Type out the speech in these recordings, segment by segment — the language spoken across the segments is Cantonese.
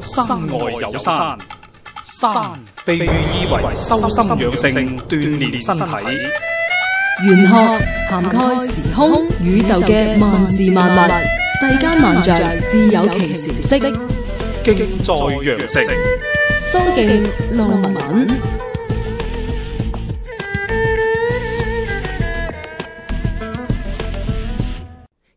山外有山，山被寓意為修心養性、鍛鍊身體。玄學涵蓋時空宇宙嘅萬事萬物，世間萬象自有其時色。敬在羊城，蘇敬路文。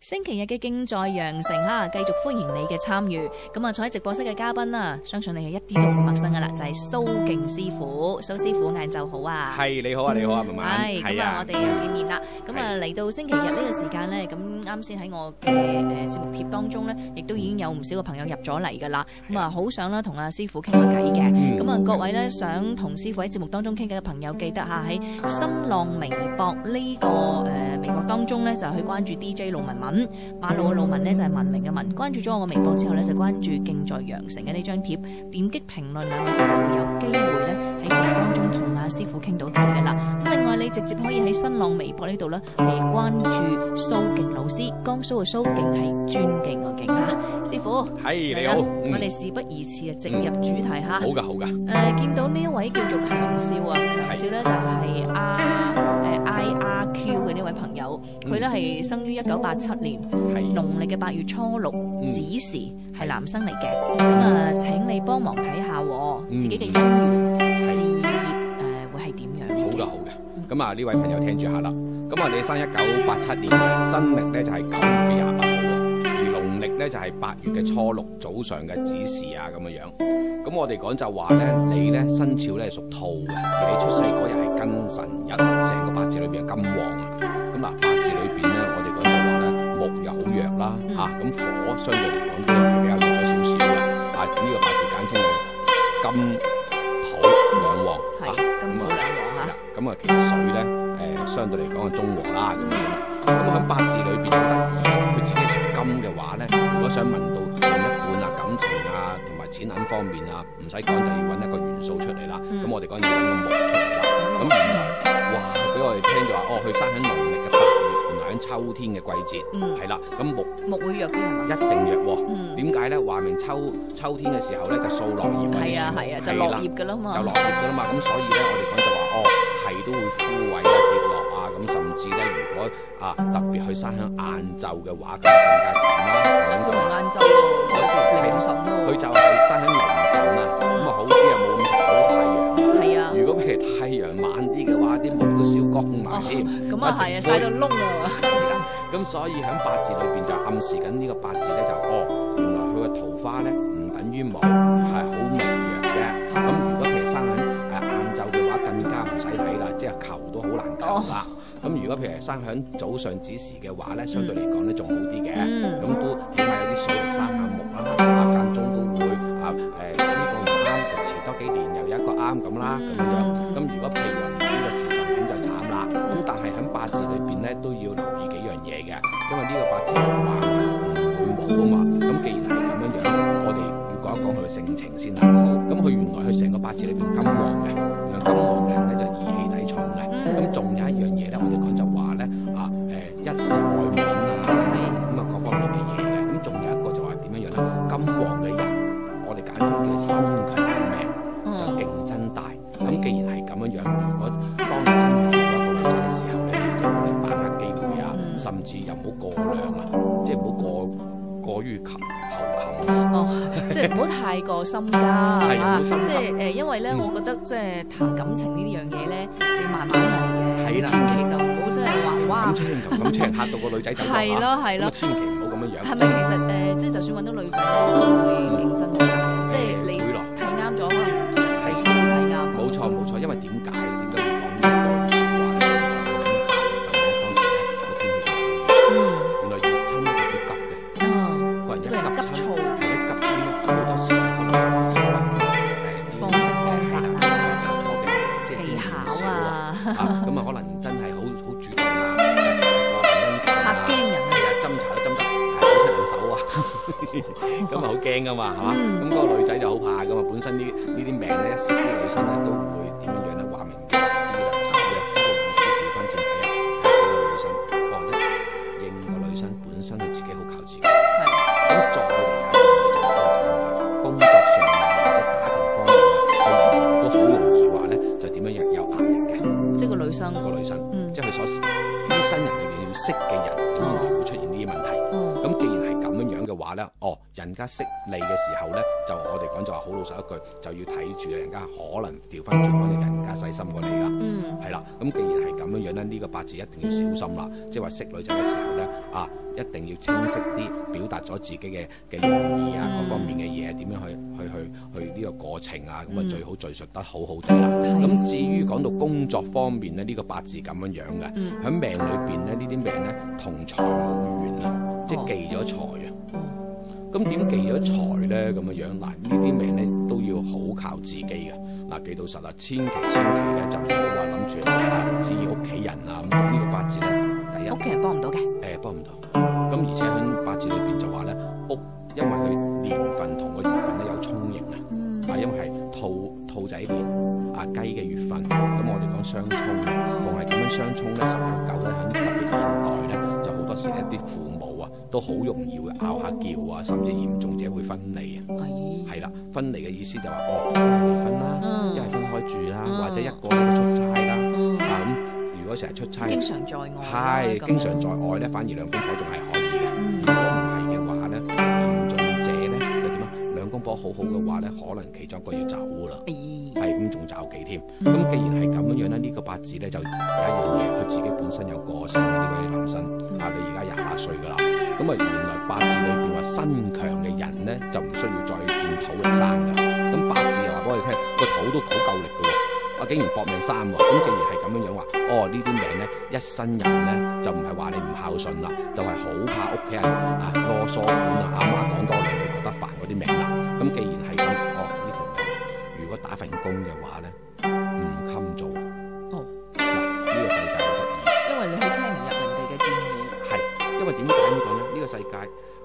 星期日嘅競在羊城哈，繼續歡迎你嘅參與。咁啊，坐喺直播室嘅嘉賓啦，相信你係一啲都唔陌生噶啦，就係蘇敬師傅。蘇師傅晏晝好啊！係你好啊，你好啊，文文。係咁啊，我哋又見面啦。咁啊，嚟到星期日呢個時間呢，咁啱先喺我嘅誒節目貼當中呢，亦都已經有唔少嘅朋友入咗嚟㗎啦。咁啊，好想啦同阿師傅傾下偈嘅。咁啊，各位呢，想同師傅喺節目當中傾偈嘅朋友，記得嚇喺新浪微博呢個誒微博當中呢，就去關注 DJ 路文文。馬路嘅路文呢，就係文明嘅文。關注咗我嘅微博之後呢，就關注敬在羊城嘅呢張貼，點擊評論啊兩個字就會有機會呢，喺節目當中同阿師傅傾到偈㗎啦。咁另外你直接可以喺新浪微博呢度咧，嚟關注蘇敬老師，江蘇嘅蘇敬係尊敬個敬嚇，師傅。係你嚟好，啦嗯我哋事不宜遲啊，直入主題嚇。好噶好噶，誒、見到呢一位叫做強少啊，強少咧就係啊 R 誒 IRQ 嘅呢位朋友，佢嗯咧係生於一九八七年，係農曆嘅八月初六嗯子時係男生嚟嘅。咁啊，請你幫忙睇下喎嗯自己嘅姻緣、事業誒會係點樣嘅？好噶好噶。咁啊，呢位朋友聽住下啦。咁啊，你生一九八七年嘅，新歷咧就係九月嘅廿八號喎，而農曆咧就係八月嘅初六早上嘅子時啊咁樣樣。咁我哋講就話咧，你咧生肖咧係屬兔嘅，而你出世嗰日係庚辰日，成個八字裏邊係金旺啊。咁嗱，八字裏邊咧，我哋講就話咧，木又好弱啦，嗯啊咁火相對嚟講都係比較弱咗少少嘅。啊，咁呢個八字簡稱係金土兩旺。係啊金土兩旺嚇。咁啊，其實水咧，誒、相對嚟講係中和啦。嗯咁喺八字裏邊好得意，佢自己屬金嘅話咧，如果想問到另一半啊、感情啊同埋錢銀方面啊，唔使講就要揾一個元素出嚟啦。嗯咁、我哋講要揾個木出嚟啦。咁啊嗯原來哇，俾我哋聽就話，哦，佢生喺農曆嘅八月，原來喺秋天嘅季節，嗯係啦、咁木木會弱啲啊係嘛？一定弱喎。嗯，點解咧？話明秋秋天嘅時候咧，就掃落葉係為啊主係啊，就係落啦葉㗎啦嘛。就落葉噶啦嘛，咁所以咧，我哋講就話哦，係都會枯萎啊、跌落啊，咁甚至咧，如果啊特別去生響晏晝嘅話，咁就更加慘啦。咁佢咁咪就晏晝喎，晏晝凌晨佢喎，就係生響凌晨啊，咁啊好啲啊，冇咁好太陽。係啊，如果譬如太陽猛啲嘅話，啲毛都燒光埋添。咁啊係啊，晒到窿喎，咁所以喺八字裏邊就暗示緊呢個八字咧就哦，原來佢嘅桃花咧唔等於冇，係好微弱啫。咁如果譬如生喺誒晏晝嘅話，更加唔使睇啦，即係求都好難求啦。咁、如果譬如生喺早上子時嘅話咧，相對嚟講咧仲好啲嘅。嗯咁、都起碼有啲水力生下木啦，啊間中都會啊誒呢、個唔啱就遲多幾年又有一個啱咁啦咁樣。嗯咁如果譬如話唔係呢個時辰咁就慘啦。咁但係喺八字裏邊咧都要留意幾樣嘢嘅，因為呢個八字話唔會冇啊嘛。咁既然係咁樣樣，我哋要講一講佢嘅性情先啦。咁佢原來佢成個八字裏邊金旺嘅，原來金旺嘅人咧就義氣抵重嘅。嗯咁仲有一樣嘢咧，我哋講就話咧啊誒，一就外面啊。咁啊各方面嘅嘢嘅。咁仲有一個就係點樣樣咧？金黃嘅人，我哋簡稱叫身強命，就嗯競爭大。咁既然係咁樣樣，如果當你真係識到一個女仔嘅時候，你要要把握機會啊，嗯甚至又唔好過量啊，即係唔好過過於求求 求。 哦，即係唔好太過心急啊，唔即好心急係嗯誒，因為咧，我覺得即係談感情呢樣嘢咧，就要慢慢嚟嘅，係你啦千祈就唔好即係話哇咁，青咁青嚇到個女仔走咗係啊咯係咁啊咯，千祈唔好咁樣樣。係咪其實誒，即係就算揾到女仔咧，都會競爭㗎，即係你會咯睇啱咗，可能係你都會睇啱。冇錯冇錯，因為點解點解會講呢句説話咧？我諗八月份咧，當時咧個天氣嗯，原來越親咧越急嘅。嗯，個人即一急係急親，躁係一急親咧，好多時咧可能就唔識揾誒方式方法啊拍拖嘅即係技巧啊，啊，啊咁啊可能真係好好主動啊，誒個婚姻嚇啊，驚人啊！係啊斟茶都斟得誒好出兩手啊，咁啊好驚噶嘛，係嘛？嗯咁嗰個女仔就好怕噶嘛，本身呢呢啲命咧，一識啲女生咧都會點樣樣咧話明啲啦，嘅呢個意思調翻轉睇啊，睇個女生，哦一應個女生本身佢自己好靠自己。係咁再嚟啊，就係工作上身，嗯即係佢所啲新人裏面要識嘅人，都原來會出現呢啲問題。哦，咁既然係咁樣樣嘅話咧，哦，人家識你嘅時候咧，就我哋講就話好老實一句，就要睇住人家可能調翻轉講，人家細心過你啦。嗯，係啦，咁既然係咁樣樣咧，呢、個八字一定要小心啦。即係話識女仔嘅時候咧，啊，一定要清晰啲表達咗自己嘅嘅用意啊，嗯各方面嘅嘢點樣去去去去呢個過程啊，咁啊嗯最好敘述得好好啲啦。係咁至於講到工作方面咧，呢、個八字咁樣樣嘅，嗯喺命裏邊咧，呢啲命咧同財冇緣啊，即係忌咗財啊。哦咁點忌咗財咧？咁樣樣嗱，呢啲命咧都要好靠自己嘅。嗱，記到實啦，千祈千祈咧就唔好話諗住啊唔知屋企人啊咁咁呢個八字咧，第一屋企人幫唔到嘅，誒呃幫唔到。咁而且喺八字裏邊就話咧，屋因為佢年份同個月份咧有沖刑啊，嗯，啊因為係兔兔仔年啊雞嘅月份，咁我哋講相沖啊，逢係咁樣相沖咧，十有九咧喺特別現代咧，就好多時一啲父母啊都好容易會拗下叫啊，甚至嚴重者會分離啊。係，係啦，分離嘅意思就話哦，離婚啦，嗯一係分開住啦，嗯或者一個咧就出差啦。嗯，啊咁，如果成日出差，經常在外，啊係經，常在外咧，反而兩公婆仲係可以嘅。嗯如，果唔係嘅話咧，嚴重者咧就點啊？兩公婆好好嘅話咧，可能其中一個要走啦。咦，係咁，仲找忌添。嗯咁既然係咁樣樣咧，呢、個八字咧就有一樣嘢，佢自己本身有個性嘅呢位男生啊，你而家廿八歲噶啦，咁啊原來八字裏邊話身強嘅人咧就唔需要再用土嚟生噶，咁八字又話俾我哋聽個土都好夠力噶喎。啊！竟然搏命生喎，咁既然係咁樣樣話，哦呢啲命咧，一生人咧就唔係話你唔孝順啦，就係好怕屋企人啊囉嗦咁啊，阿媽講多兩句覺得煩嗰啲命啦。咁既然係咁，哦呢條命如果打份工嘅話咧，唔襟做。啊哦，嗱呢、個世界好得意。因為你去聽唔入人哋嘅建議，係，因為點解咁講咧？呢、個世界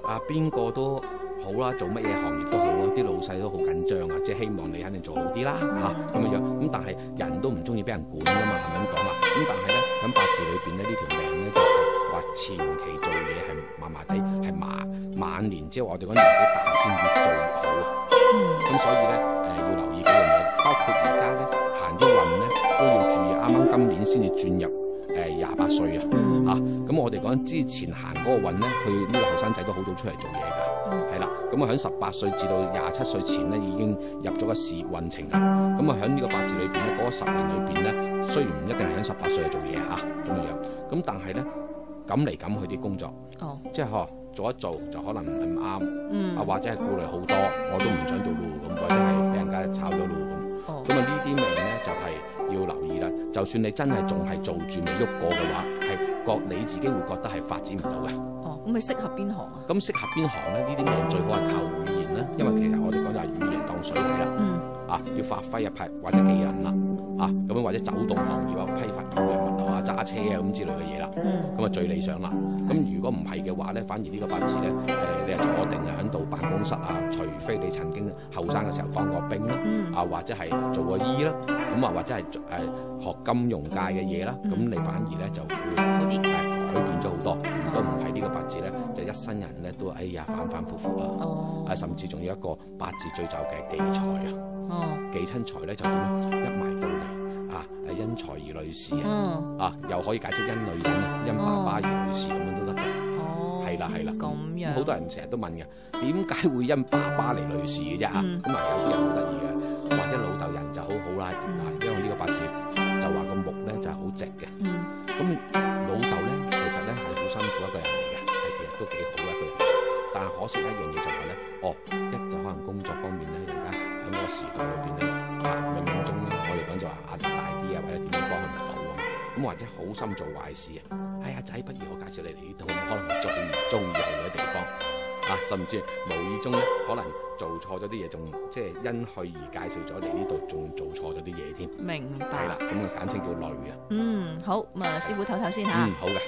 啊，邊個都好啦，做乜嘢行業都好啦，啲老細都好緊張啊，即係希望你肯定做好啲啦嚇咁樣樣。咁但係人都唔中意俾人管噶嘛，係咪咁講啊？咁但係咧喺八字裏邊咧，呢條命咧就係、話前期做嘢係麻麻地，係麻晚年之後，我哋講年紀大先越做越好啊。嗯，咁所以咧，誒、要留意幾樣嘢，包括而家咧行啲運咧都要注意。啱啱今年先至轉入誒廿八歲啊，嗯啊，咁我哋講之前行嗰個運咧，佢呢個後生仔都好早出嚟做嘢㗎，係啦。咁啊喺十八歲至到廿七歲前咧已經入咗個事業運程啦。咁啊喺呢個八字裏邊咧，嗰、個十年裏邊咧，雖然唔一定係喺十八歲就做嘢嚇咁樣，咁但係咧咁嚟咁去啲工作，哦，即係呵做一做就可能唔啱。嗯啊，，或者係顧慮好多，我都唔想做路咁，或者係俾人家炒咗路咁。哦，咁啊，呢啲命咧就係、要留意啦。就算你真係仲係做住未喐過嘅話，係覺你自己會覺得係發展唔到嘅。哦，咁咪適合邊行啊？咁適合邊行咧？呢啲命最好係靠語言啦，因為其實我哋講就係語言當水嚟啦。嗯，啊，要發揮啊，派或者技能啦，啊咁樣或者走動行業啊，批發業嘅物流啊，揸車啊咁之類嘅嘢啦。嗯，咁啊最理想啦。咁如果唔係嘅話咧，反而呢個八字咧，誒、你係坐定啊喺度辦公室啊，除非你曾經後生嘅時候當過兵啦，嗯，啊或者係做過醫啦，咁啊或者係誒、學金融界嘅嘢啦，咁、嗯你反而咧就會嗰啲，誒改變咗好多。如果唔係呢個八字咧，就一生人咧都哎呀反反覆覆啊，哦，啊甚至仲有一個八字最就嘅忌財啊，哦，忌親財咧就點啊一埋到嚟啊誒因財而累事啊。嗯，啊，又可以解釋因女人啊，因爸爸而女士咁樣都得嘅。哦，係啦係啦咁樣，咁好多人成日都問嘅，點解會因爸爸嚟女士嘅啫啊？嗯咁啊有啲人好得意嘅，或者老豆人就好好啦，嗯嗱，因為呢個八字就話個木咧就係哦啊好直嘅，嗯，咁老豆咧其實咧係好辛苦一個人嚟嘅，係其實都幾好嘅一個人，但係可惜一樣嘢就係咧，哦，一就可能工作方面咧，人家喺嗰個時代裏邊咧，啊冥冥中咧，我哋講就話壓力大啲啊，或者點樣幫佢唔到啊，咁或者好心做壞事啊，哎呀仔，不如我介紹你嚟呢度，可能係最唔中意去嘅地方。啊，甚至無意中咧，可能做錯咗啲嘢，仲即係因去而介紹咗你呢度，仲做錯咗啲嘢添，明係啦白，，咁啊簡稱叫累啊，嗯，好，咁啊，師傅唞唞先吓嗯，。好嘅。